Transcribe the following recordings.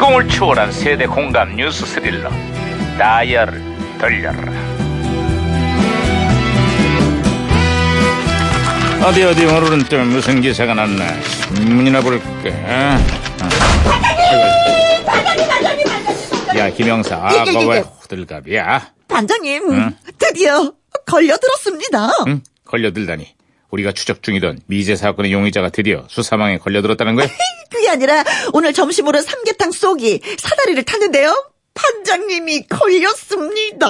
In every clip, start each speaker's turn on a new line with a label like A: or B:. A: 정말 초월한 세대 공감 뉴스 스릴러 다이얼을 돌려라 어디 어디 오늘은 또 무슨 기사가 났나 신문이나 볼까 야 김영사
B: 예, 예,
A: 아까 왜
B: 예.
A: 호들갑이야
B: 반장님, 드디어 걸려들었습니다.
A: 응? 걸려들다니 우리가 추적 중이던 미제 사건의 용의자가 드디어 수사망에 걸려들었다는 거야?
B: 그게 아니라 오늘 점심으로 삼계탕 쏘기 사다리를 탔는데요. 반장님이 걸렸습니다.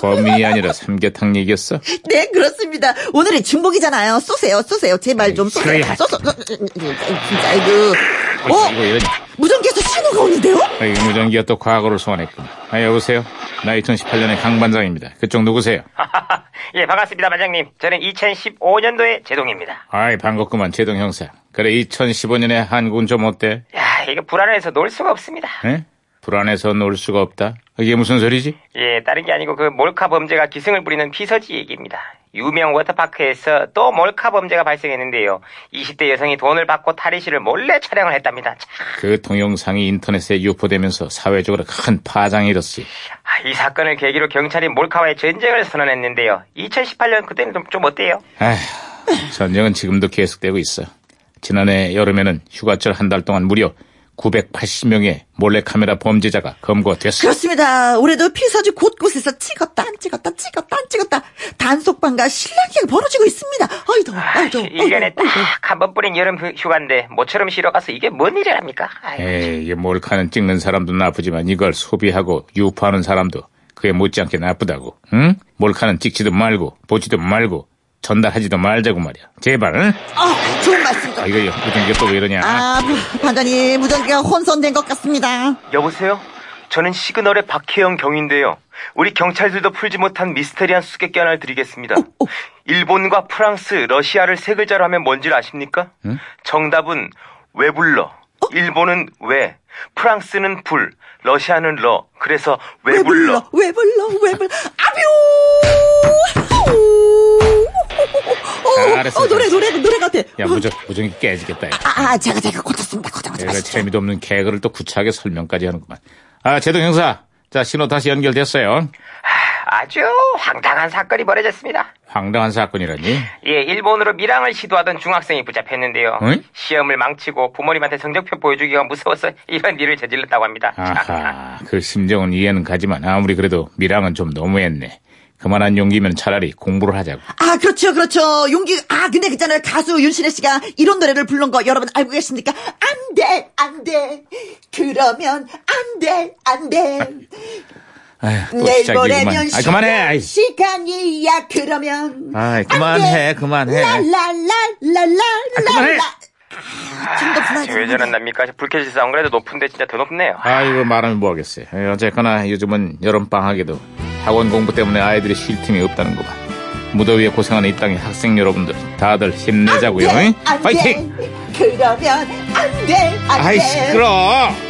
A: 범인이 아니라 삼계탕 얘기였어?
B: 네, 그렇습니다. 오늘은 중복이잖아요. 쏘세요, 쏘세요. 제발 좀 쏘세요.
A: 그래야.
B: 쏘, 쏘, 쏘. 진짜 이거.
A: 어? 이거
B: 어?
A: 이런
B: 무전기에서 신호가 오는데요?
A: 아이, 무전기가 또 과거를 소환했군. 아, 여보세요? 나 2018년의 강반장입니다. 그쪽 누구세요?
C: 예, 반갑습니다, 반장님. 저는 2015년도에 제동입니다.
A: 아이, 반갑구만, 최동 형사. 그래, 2015년에 한국은 좀 어때?
C: 야, 이거 불안해서 놀 수가 없습니다.
A: 에? 불안해서 놀 수가 없다? 이게 무슨 소리지?
C: 예, 다른 게 아니고 그 몰카 범죄가 기승을 부리는 피서지 얘기입니다. 유명 워터파크에서 또 몰카 범죄가 발생했는데요. 20대 여성이 돈을 받고 탈의 씨를 몰래 촬영을 했답니다. 참,
A: 그 동영상이 인터넷에 유포되면서 사회적으로 큰 파장이 일었지.
C: 아, 이 사건을 계기로 경찰이 몰카와의 전쟁을 선언했는데요. 2018년 그때는 좀, 좀 어때요?
A: 아휴, 전쟁은 지금도 계속되고 있어. 지난해 여름에는 휴가철 한 달 동안 무려 980명의 몰래카메라 범죄자가 검거됐어.
B: 그렇습니다. 올해도 피서지 곳곳에서 찍었다, 안 찍었다, 찍었다, 안 찍었다. 단속반과 실랑이가 벌어지고 있습니다. 아이, 더워,
C: 아,
B: 아이, 더워. 아이,
C: 1년에
B: 더워, 아이, 더워.
C: 딱 한 번뿐인 여름 휴- 휴가인데 모처럼 쉬러 가서 이게 뭔 일이랍니까? 아이고.
A: 에이, 이게 몰카는 찍는 사람도 나쁘지만 이걸 소비하고 유포하는 사람도 그게 못지않게 나쁘다고. 응? 몰카는 찍지도 말고 보지도 말고 전달하지도 말자고 말이야. 제발. 응?
B: 아, 좋은 말씀.
A: 아 이거 무전기 또왜 이러냐?
B: 아, 반장님, 무전기가 혼선된 것 같습니다.
C: 여보세요? 저는 시그널의 박혜영 경인데요. 우리 경찰들도 풀지 못한 미스테리한 수수께끼 하나를
A: 어,
C: 드리겠습니다. 일본과 프랑스, 러시아를 세 글자로 하면 뭔지 아십니까? 정답은 왜 불러?
A: 어?
C: 일본은 왜? 프랑스는 불, 러시아는 러. 그래서 왜,
B: 왜
C: 불러?
B: 불러? 왜 불러? 왜 불러? 아뷰! 하우!
A: 자,
B: 어,
A: 알았어,
B: 어, 노래,
A: 알았어.
B: 노래, 노래 같아.
A: 야 무전 네, 무전기 깨지겠다. 이거.
B: 아, 아, 제가, 제가 고쳤습니다. 고쳐, 고쳐.
A: 내가 재미도 없는 개그를 또 구차하게 설명까지 하는구만. 아 제동 형사, 자 신호 다시 연결됐어요.
C: 아주 황당한 사건이 벌어졌습니다.
A: 황당한 사건이라니.
C: 예, 일본으로 밀항을 시도하던 중학생이 붙잡혔는데요.
A: 어이?
C: 시험을 망치고 부모님한테 성적표 보여주기가 무서워서 이런 일을 저질렀다고 합니다.
A: 아하, 그 심정은 이해는 가지만 아무리 그래도 미랑은 좀 너무했네. 그만한 용기면 차라리 공부를 하자고.
B: 아, 그렇죠, 그렇죠. 용기, 아, 근데 그잖아요. 가수 윤신혜 씨가 이런 노래를 부른 거 여러분 알고 계십니까? 안 돼, 안 돼. 그러면 안 돼, 안 돼.
A: 아휴, 아, 또
B: 내일
A: 시작이구만.
B: 모레면
A: 아, 그만해. 아이,
B: 시간이야, 그러면.
A: 아이,
B: 안 돼.
A: 그만해, 그만해. 아,
B: 랄랄랄랄랄라. 아,
A: 그만해. 아,
B: 좀더 불안해.
C: 왜 저런 납니까? 불쾌지수 안 그래도 높은데 진짜 더 높네요.
A: 아이고 말하면 뭐하겠어요. 에, 어쨌거나 요즘은 여름 방학에도 학원 공부 때문에 아이들이 쉴 틈이 없다는 거만. 무더위에 고생하는 이 땅의 학생 여러분들 다들 힘내자고요.
B: 예, 안 돼,
A: 응?
B: 안
A: 파이팅!
B: 돼. 그러면 안 돼, 안
A: 아이
B: 돼.
A: 시끄러.